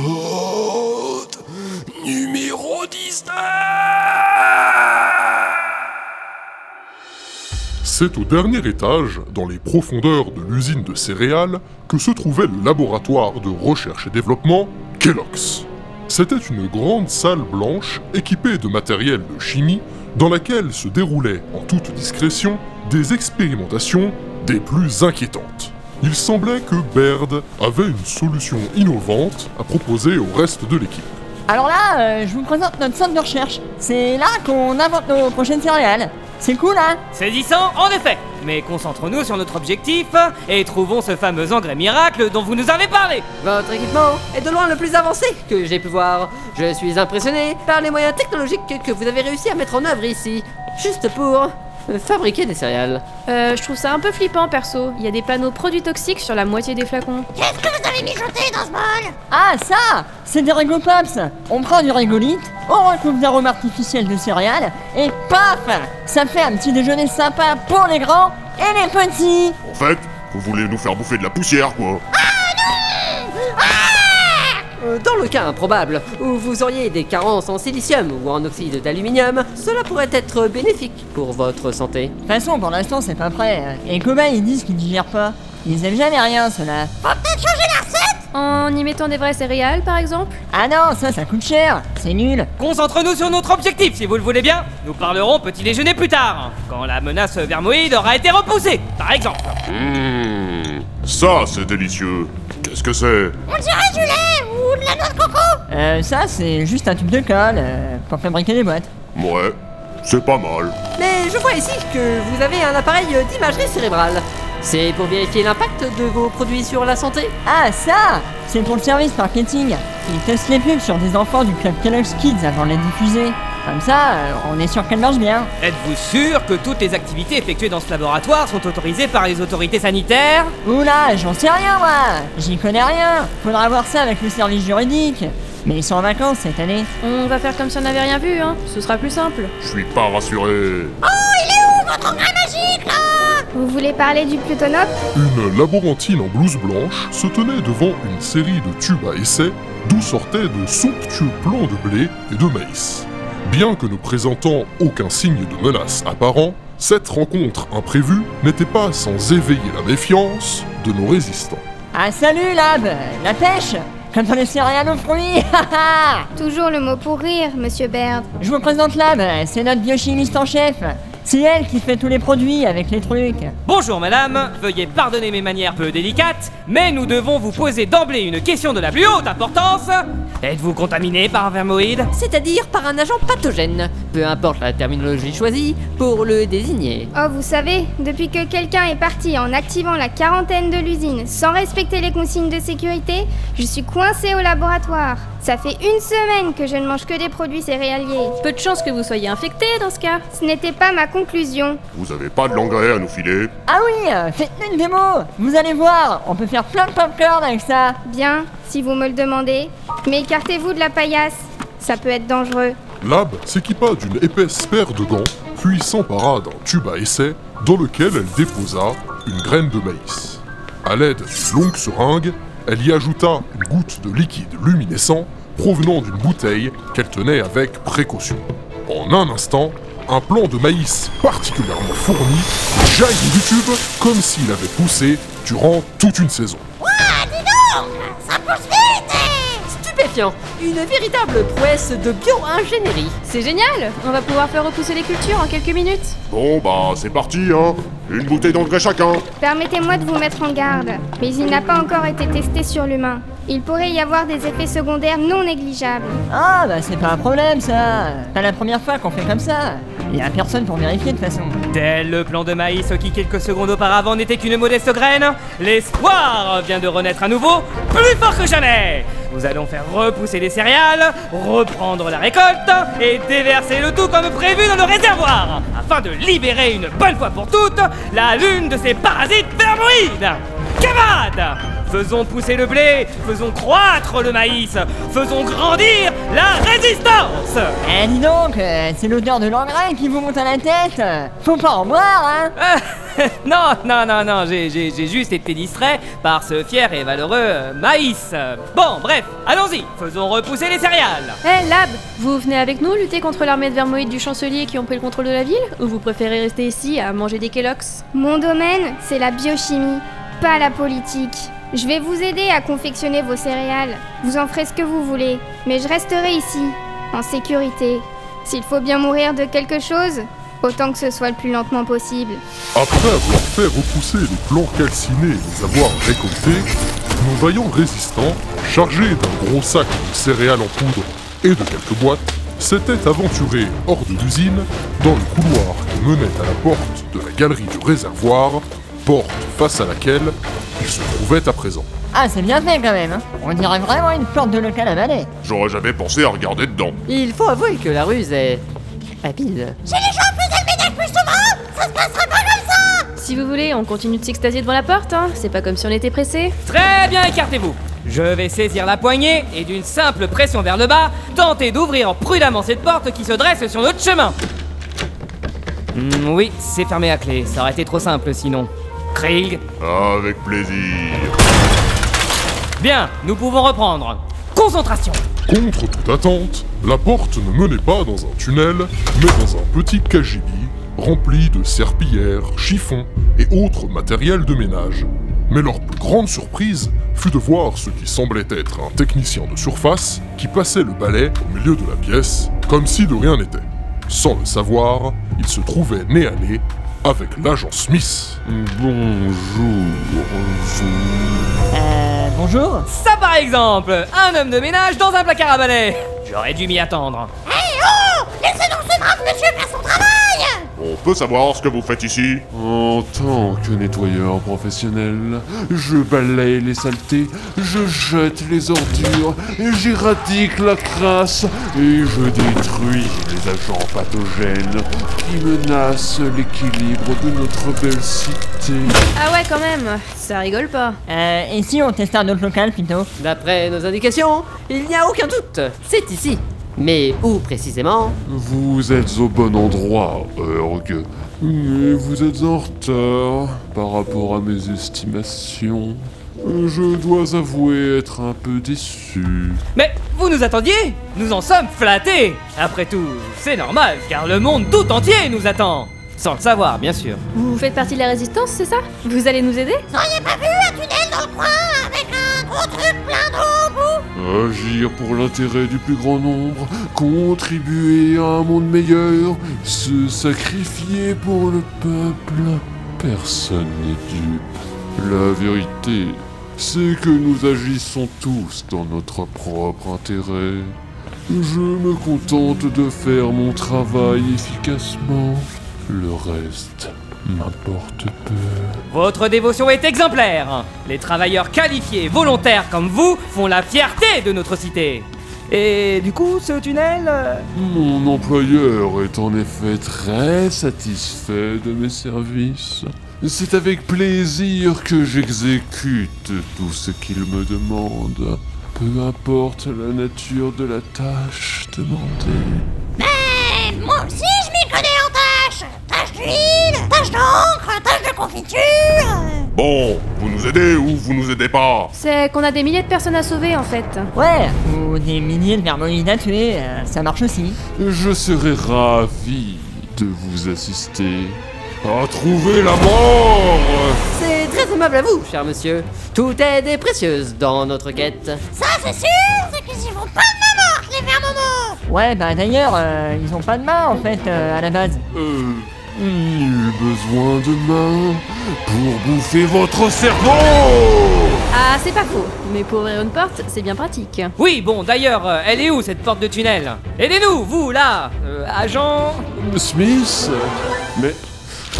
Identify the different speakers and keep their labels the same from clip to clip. Speaker 1: Épisode numéro 19
Speaker 2: C'est au dernier étage, dans les profondeurs de l'usine de céréales, que se trouvait le laboratoire de recherche et développement Kellogg's. C'était une grande salle blanche équipée de matériel de chimie dans laquelle se déroulaient en toute discrétion des expérimentations des plus inquiétantes. Il semblait que Baird avait une solution innovante à proposer au reste de l'équipe.
Speaker 3: Alors là, euh, je vous présente notre centre de recherche. C'est là qu'on invente nos prochaines céréales. C'est cool, hein
Speaker 4: Saisissant, en effet Mais concentrons-nous sur notre objectif et trouvons ce fameux engrais miracle dont vous nous avez parlé
Speaker 5: Votre équipement est de loin le plus avancé que j'ai pu voir. Je suis impressionné par les moyens technologiques que- que vous avez réussi à mettre en œuvre ici, juste pour euh, fabriquer des céréales.
Speaker 6: Euh, je trouve ça un peu flippant perso. Il y a des panneaux produits toxiques sur la moitié des flacons.
Speaker 3: Ah, ça C'est des Régopops On prend du régolithe, on recouvre d'arômes artificiels de céréales, et paf Ça fait un petit déjeuner sympa pour les grands et les petits
Speaker 7: En fait, vous voulez nous faire bouffer de la poussière, quoi.
Speaker 5: Euh, Dans le cas improbable où vous auriez des carences en silicium ou en oxyde d'aluminium, cela pourrait être bénéfique pour votre santé.
Speaker 3: De toute façon, pour l'instant, c'est pas prêt. Et les cobayes, ils disent qu'ils digèrent pas. Ils aiment jamais rien, ceux-là.
Speaker 6: En y mettant des vraies céréales par exemple
Speaker 3: Ah non, ça, ça coûte cher C'est nul
Speaker 4: Concentrons-nous sur notre objectif, si vous le voulez bien Nous parlerons petit déjeuner plus tard, quand la menace vermoïde aura été repoussée, par exemple
Speaker 8: Hmm.
Speaker 7: Mmh, ça, c'est délicieux. Qu'est-ce que c'est
Speaker 3: Euh, ça, c'est juste un tube de colle euh, pour fabriquer des boîtes.
Speaker 7: Ouais, c'est pas mal.
Speaker 5: Mais je vois ici que vous avez un appareil d'imagerie cérébrale. C'est pour vérifier l'impact de vos produits sur la santé
Speaker 3: Ah ça C'est pour le service marketing. Ils testent les pubs sur des enfants du club Kellogg's Kids avant de les diffuser. Comme ça, euh, on est sûr qu'elles marchent bien.
Speaker 4: Êtes-vous sûr que toutes les activités effectuées dans ce laboratoire sont autorisées par les autorités sanitaires
Speaker 3: Oula, j'en sais rien moi J'y connais rien Faudra voir ça avec le service juridique Mais ils sont en vacances cette année.
Speaker 6: On va faire comme si on n'avait rien vu, hein. Ce sera plus simple.
Speaker 7: Je suis pas rassuré.
Speaker 6: Oh,
Speaker 9: Vous voulez parler du plutonope
Speaker 2: Une laborantine en blouse blanche se tenait devant une série de tubes à essai d'où sortaient de somptueux plants de blé et de maïs. Bien que ne présentant aucun signe de menace apparent, cette rencontre imprévue n'était pas sans éveiller la méfiance de nos résistants.
Speaker 3: Ah salut Lab La pêche Comme dans les céréales aux fruits haha
Speaker 9: Toujours le mot pour rire, monsieur Baird.
Speaker 3: Je vous présente Lab, c'est notre biochimiste en chef. C'est elle qui fait tous les produits avec les trucs.
Speaker 4: Bonjour madame, veuillez pardonner mes manières peu délicates, mais nous devons vous poser d'emblée une question de la plus haute importance Êtes-vous contaminé par un vermoïde
Speaker 5: c'est-à-dire par un agent pathogène, peu importe la terminologie choisie pour le désigner.
Speaker 9: Oh, vous savez, depuis que quelqu'un est parti en activant la quarantaine de l'usine sans respecter les consignes de sécurité, je suis coincée au laboratoire. Ça fait une semaine que je ne mange que des produits céréaliers.
Speaker 6: Peu de chance que vous soyez infecté dans ce cas.
Speaker 9: Ce n'était pas ma conclusion.
Speaker 7: Vous avez pas de l'engrais à nous filer
Speaker 3: Ah oui, euh, faites-nous une démo Vous allez voir, on peut faire plein de popcorn avec ça
Speaker 9: Bien, si vous me le demandez. Mais écartez-vous de la paillasse. Ça peut être dangereux.
Speaker 2: Lab s'équipa d'une épaisse paire de gants, puis s'empara d'un tube à essai dans lequel elle déposa une graine de maïs. À l'aide d'une longue seringue, elle y ajouta une goutte de liquide luminescent provenant d'une bouteille qu'elle tenait avec précaution. En un instant, un plant de maïs particulièrement fourni jaillit du tube comme s'il avait poussé durant toute une saison.
Speaker 5: Stupéfiant, une véritable prouesse de bio-ingénierie.
Speaker 6: C'est génial On va pouvoir faire repousser les cultures en quelques minutes.
Speaker 7: Bon, bah, c'est parti, hein. Une bouteille d'engrais chacun.
Speaker 9: Permettez-moi de vous mettre en garde, mais il n'a pas encore été testé sur l'humain. Il pourrait y avoir des effets secondaires non négligeables.
Speaker 3: Ah bah c'est pas un problème ça Pas la première fois qu'on fait comme ça y a personne pour vérifier de toute façon.
Speaker 4: Tel le plan de maïs qui quelques secondes auparavant n'était qu'une modeste graine, l'espoir vient de renaître à nouveau, plus fort que jamais Nous allons faire repousser les céréales, reprendre la récolte et déverser le tout comme prévu dans le réservoir, afin de libérer une bonne fois pour toutes la lune de ces parasites vermoïdes Camarades Faisons pousser le blé, faisons croître le maïs, faisons grandir la résistance
Speaker 3: Eh dis donc, euh, c'est l'odeur de l'engrais qui vous monte à la tête Faut pas en boire, hein
Speaker 4: Ah, Non, non, non, non, j'ai- j'ai j'ai juste été distrait par ce fier et valeureux euh, maïs. Euh, Bon, bref, allons-y, faisons repousser les céréales.
Speaker 6: Eh Lab, vous venez avec nous lutter contre l'armée de vermoïdes du chancelier qui ont pris le contrôle de la ville Ou vous préférez rester ici à manger des Kellogg's
Speaker 9: Mon domaine, c'est la biochimie, pas la politique. Je vais vous aider à confectionner vos céréales. Vous en ferez ce que vous voulez, mais je resterai ici, en sécurité. S'il faut bien mourir de quelque chose, autant que ce soit le plus lentement possible.
Speaker 2: Après avoir fait repousser les plants calcinés et les avoir récoltés, nos vaillants résistants, chargés d'un gros sac de céréales en poudre et de quelques boîtes, s'étaient aventurés hors de l'usine dans le couloir qui menait à la porte de la galerie du réservoir, porte face à laquelle ils se trouvaient à présent.
Speaker 3: Ah, c'est bien fait quand même, hein On dirait vraiment une porte de local à balai
Speaker 7: J'aurais jamais pensé à regarder dedans.
Speaker 5: Il faut avouer que la ruse est. rapide.
Speaker 6: Oh, Si vous voulez, on continue de s'extasier devant la porte, hein C'est pas comme si on était pressé.
Speaker 4: Très bien, écartez-vous. Je vais saisir la poignée et d'une simple pression vers le bas, tenter d'ouvrir prudemment cette porte qui se dresse sur notre chemin. Hmm, oui, c'est fermé à clé, ça aurait été trop simple sinon. Krieg,
Speaker 7: Avec plaisir.
Speaker 4: bien, nous pouvons reprendre. Concentration
Speaker 2: Contre toute attente, la porte ne menait pas dans un tunnel, mais dans un petit cagibi rempli de serpillères, chiffons et autres matériels de ménage. Mais leur plus grande surprise fut de voir ce qui semblait être un technicien de surface qui passait le balai au milieu de la pièce, comme si de rien n'était. Sans le savoir, il se trouvait nez à nez avec l'agent Smith.
Speaker 3: Euh, bonjour
Speaker 4: Ça par exemple, un homme de ménage dans un placard à balai J'aurais dû m'y attendre.
Speaker 7: On peut savoir ce que vous faites ici
Speaker 8: En tant que nettoyeur professionnel, je balaye les saletés, je jette les ordures, j'éradique la crasse et je détruis les agents pathogènes qui menacent l'équilibre de notre belle cité.
Speaker 6: Ah ouais, quand même Ça rigole pas.
Speaker 3: Euh, et si on testait un autre local plutôt
Speaker 5: D'après nos indications, il n'y a aucun doute. C'est ici. Mais où précisément
Speaker 8: Vous êtes au bon endroit, Urg. Mais vous êtes en retard par rapport à mes estimations. Je dois avouer être un peu déçu.
Speaker 4: Mais vous nous attendiez Nous en sommes flattés Après tout, c'est normal, car le monde tout entier nous attend Sans le savoir, bien sûr.
Speaker 6: Vous faites partie de la résistance, c'est ça Vous allez nous aider
Speaker 8: Agir pour l'intérêt du plus grand nombre, contribuer à un monde meilleur, se sacrifier pour le peuple. Personne n'est dupe. La vérité, c'est que nous agissons tous dans notre propre intérêt. Je me contente de faire mon travail efficacement. Le reste m'importe peu.
Speaker 4: Votre dévotion est exemplaire Les travailleurs qualifiés et volontaires comme vous font la fierté de notre cité Et du coup, ce tunnel euh,
Speaker 8: Mon employeur est en effet très satisfait de mes services. C'est avec plaisir que j'exécute tout ce qu'il me demande, peu importe la nature de la tâche demandée.
Speaker 7: Bon, vous nous aidez ou vous nous aidez pas
Speaker 6: C'est qu'on a des milliers de personnes à sauver en fait.
Speaker 3: Ouais, ou des milliers de vermoïdes à tuer, euh, ça marche aussi.
Speaker 8: Je serai ravi de vous assister à trouver la mort.
Speaker 5: C'est très aimable à vous, cher monsieur. Toute aide est précieuse dans notre quête.
Speaker 3: Ouais, bah d'ailleurs, euh, ils ont pas de main en fait euh, à la base.
Speaker 8: Euh, nul besoin de main pour bouffer votre cerveau.
Speaker 6: Ah, c'est pas faux. Mais pour ouvrir une porte, c'est bien pratique.
Speaker 4: Oui, bon, d'ailleurs, euh, elle est où cette porte de tunnel Aidez-nous, vous, là euh, Agent
Speaker 8: Smith Mais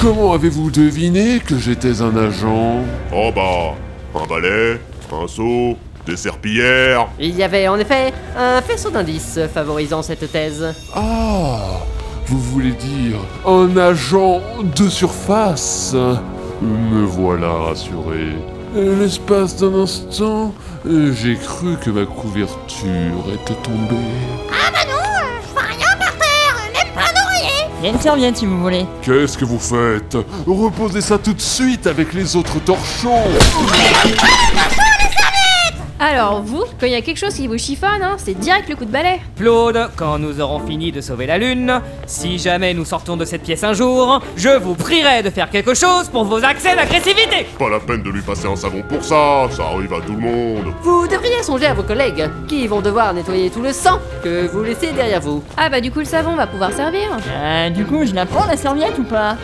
Speaker 8: comment avez-vous deviné que j'étais un agent
Speaker 7: Oh bah, un balai, un seau, des serpillères.
Speaker 5: Il y avait en effet un faisceau d'indices favorisant cette thèse.
Speaker 8: Ah Vous voulez dire un agent de surface Me voilà rassuré. Euh, L'espace d'un instant, euh, j'ai cru que ma couverture était tombée.
Speaker 3: Il y a une serviette si vous voulez.
Speaker 8: Qu'est-ce que vous faites Reposez ça tout de suite avec les autres torchons
Speaker 6: Alors, vous, quand il y a quelque chose qui vous chiffonne, hein, c'est direct le coup de balai.
Speaker 4: Claude, quand nous aurons fini de sauver la Lune, si jamais nous sortons de cette pièce un jour, je vous prierai de faire quelque chose pour vos accès d'agressivité
Speaker 7: Pas la peine de lui passer un savon pour ça, ça arrive à tout le monde.
Speaker 5: Vous devriez songer à vos collègues qui vont devoir nettoyer tout le sang que vous laissez derrière vous.
Speaker 6: Ah bah du coup le savon va pouvoir servir.
Speaker 3: Euh, du coup, je la prends la serviette ou pas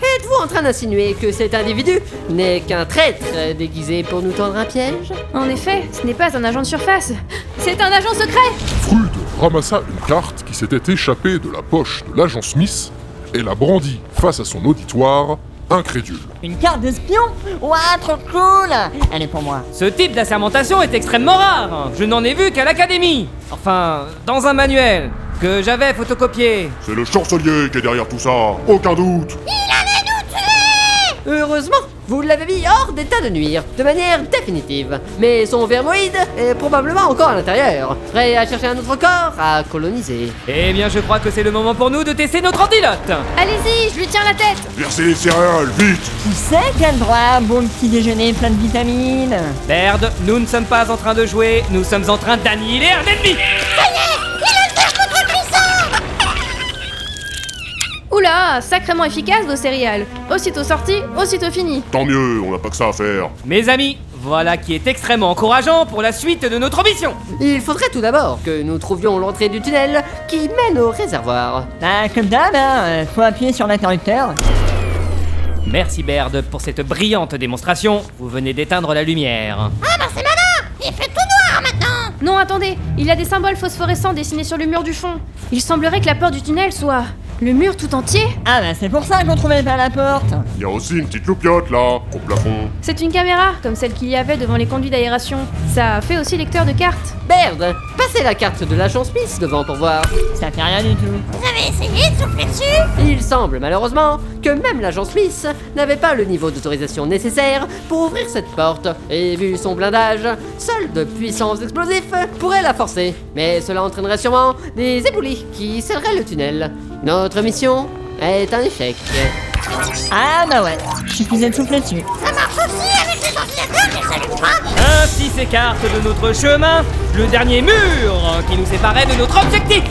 Speaker 5: Eh, Êtes-vous en train d'insinuer que cet individu n'est qu'un traître euh, déguisé pour nous tendre un piège
Speaker 6: En effet, ce n'est pas un agent de surface, c'est un agent secret
Speaker 2: Frude ramassa une carte qui s'était échappée de la poche de l'agent Smith et la brandit face à son auditoire, incrédule.
Speaker 3: Une carte d'espion Ouah, trop cool Elle est pour moi.
Speaker 4: Ce type d'assermentation est extrêmement rare Je n'en ai vu qu'à l'académie Enfin, dans un manuel que j'avais photocopié
Speaker 7: C'est le chancelier qui est derrière tout ça, aucun doute.
Speaker 5: Heureusement, vous l'avez mis hors d'état de nuire, de manière définitive. Mais son vermoïde est probablement encore à l'intérieur, prêt à chercher un autre corps à coloniser.
Speaker 4: Eh bien, je crois que c'est le moment pour nous de tester notre antidote
Speaker 6: Allez-y, je lui tiens la tête
Speaker 7: Versez les céréales, vite
Speaker 3: Qui sait quel droit à un bon petit déjeuner plein de vitamines
Speaker 4: Merde, nous ne sommes pas en train de jouer, nous sommes en train d'annihiler un ennemi
Speaker 6: Oula, sacrément efficace vos céréales. Aussitôt sorti, aussitôt fini.
Speaker 7: Tant mieux, on n'a pas que ça à faire.
Speaker 4: Mes amis, voilà qui est extrêmement encourageant pour la suite de notre mission
Speaker 5: Il faudrait tout d'abord que nous trouvions l'entrée du tunnel qui mène au réservoir.
Speaker 3: Bah, comme d'hab, hein, euh, faut appuyer sur l'interrupteur.
Speaker 4: Merci Baird pour cette brillante démonstration, vous venez d'éteindre la lumière.
Speaker 6: Non, attendez, il y a des symboles phosphorescents dessinés sur le mur du fond. Il semblerait que la porte du tunnel soit le mur tout entier.
Speaker 3: Ah bah, c'est pour ça qu'on trouvait pas la porte
Speaker 7: Il y a aussi une petite loupiote là, au plafond.
Speaker 6: C'est une caméra, comme celle qu'il y avait devant les conduits d'aération. Ça fait aussi lecteur de cartes.
Speaker 3: Ben
Speaker 5: Merde Passez la carte de l'agent Smith devant pour voir.
Speaker 3: Ça fait rien du tout.
Speaker 5: Il semble malheureusement que même l'agent Smith n'avait pas le niveau d'autorisation nécessaire pour ouvrir cette porte. Et vu son blindage, seuls de puissants explosifs pourraient la forcer. Mais cela entraînerait sûrement des éboulis qui scelleraient le tunnel. Notre mission est un échec.
Speaker 3: Ah bah ouais, suffisait de souffler dessus.
Speaker 4: Ainsi s'écarte de notre chemin le dernier mur qui nous séparait de notre objectif.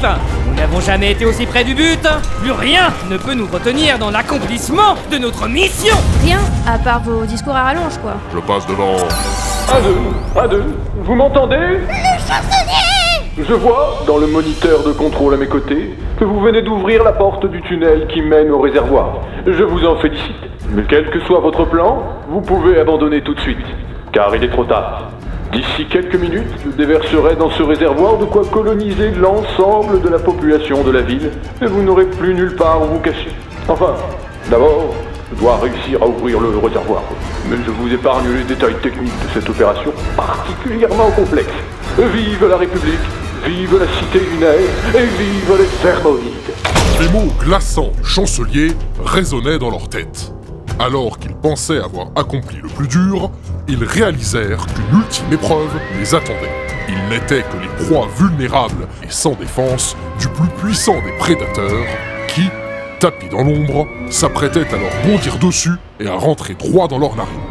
Speaker 4: Nous n'avons jamais été aussi près du but. Plus rien ne peut nous retenir dans l'accomplissement de notre mission.
Speaker 6: Rien, à part vos discours à rallonge, quoi.
Speaker 7: Je passe devant.
Speaker 10: Un, deux, un, deux. Vous m'entendez Je vois, dans le moniteur de contrôle à mes côtés, que vous venez d'ouvrir la porte du tunnel qui mène au réservoir. Je vous en félicite. Mais quel que soit votre plan, vous pouvez abandonner tout de suite, car il est trop tard. D'ici quelques minutes, je déverserai dans ce réservoir de quoi coloniser l'ensemble de la population de la ville, et vous n'aurez plus nulle part où vous cacher. Enfin, d'abord, je dois réussir à ouvrir le réservoir. Mais je vous épargne les détails techniques de cette opération particulièrement complexe. Vive la République, vive la cité lunaire et vive les Thermonides.
Speaker 2: Les mots glaçants chancelier résonnaient dans leur tête. Alors qu'ils pensaient avoir accompli le plus dur, ils réalisèrent qu'une ultime épreuve les attendait. Ils n'étaient que les proies vulnérables et sans défense du plus puissant des prédateurs qui, tapis dans l'ombre, s'apprêtait à leur bondir dessus et à rentrer droit dans leur narine.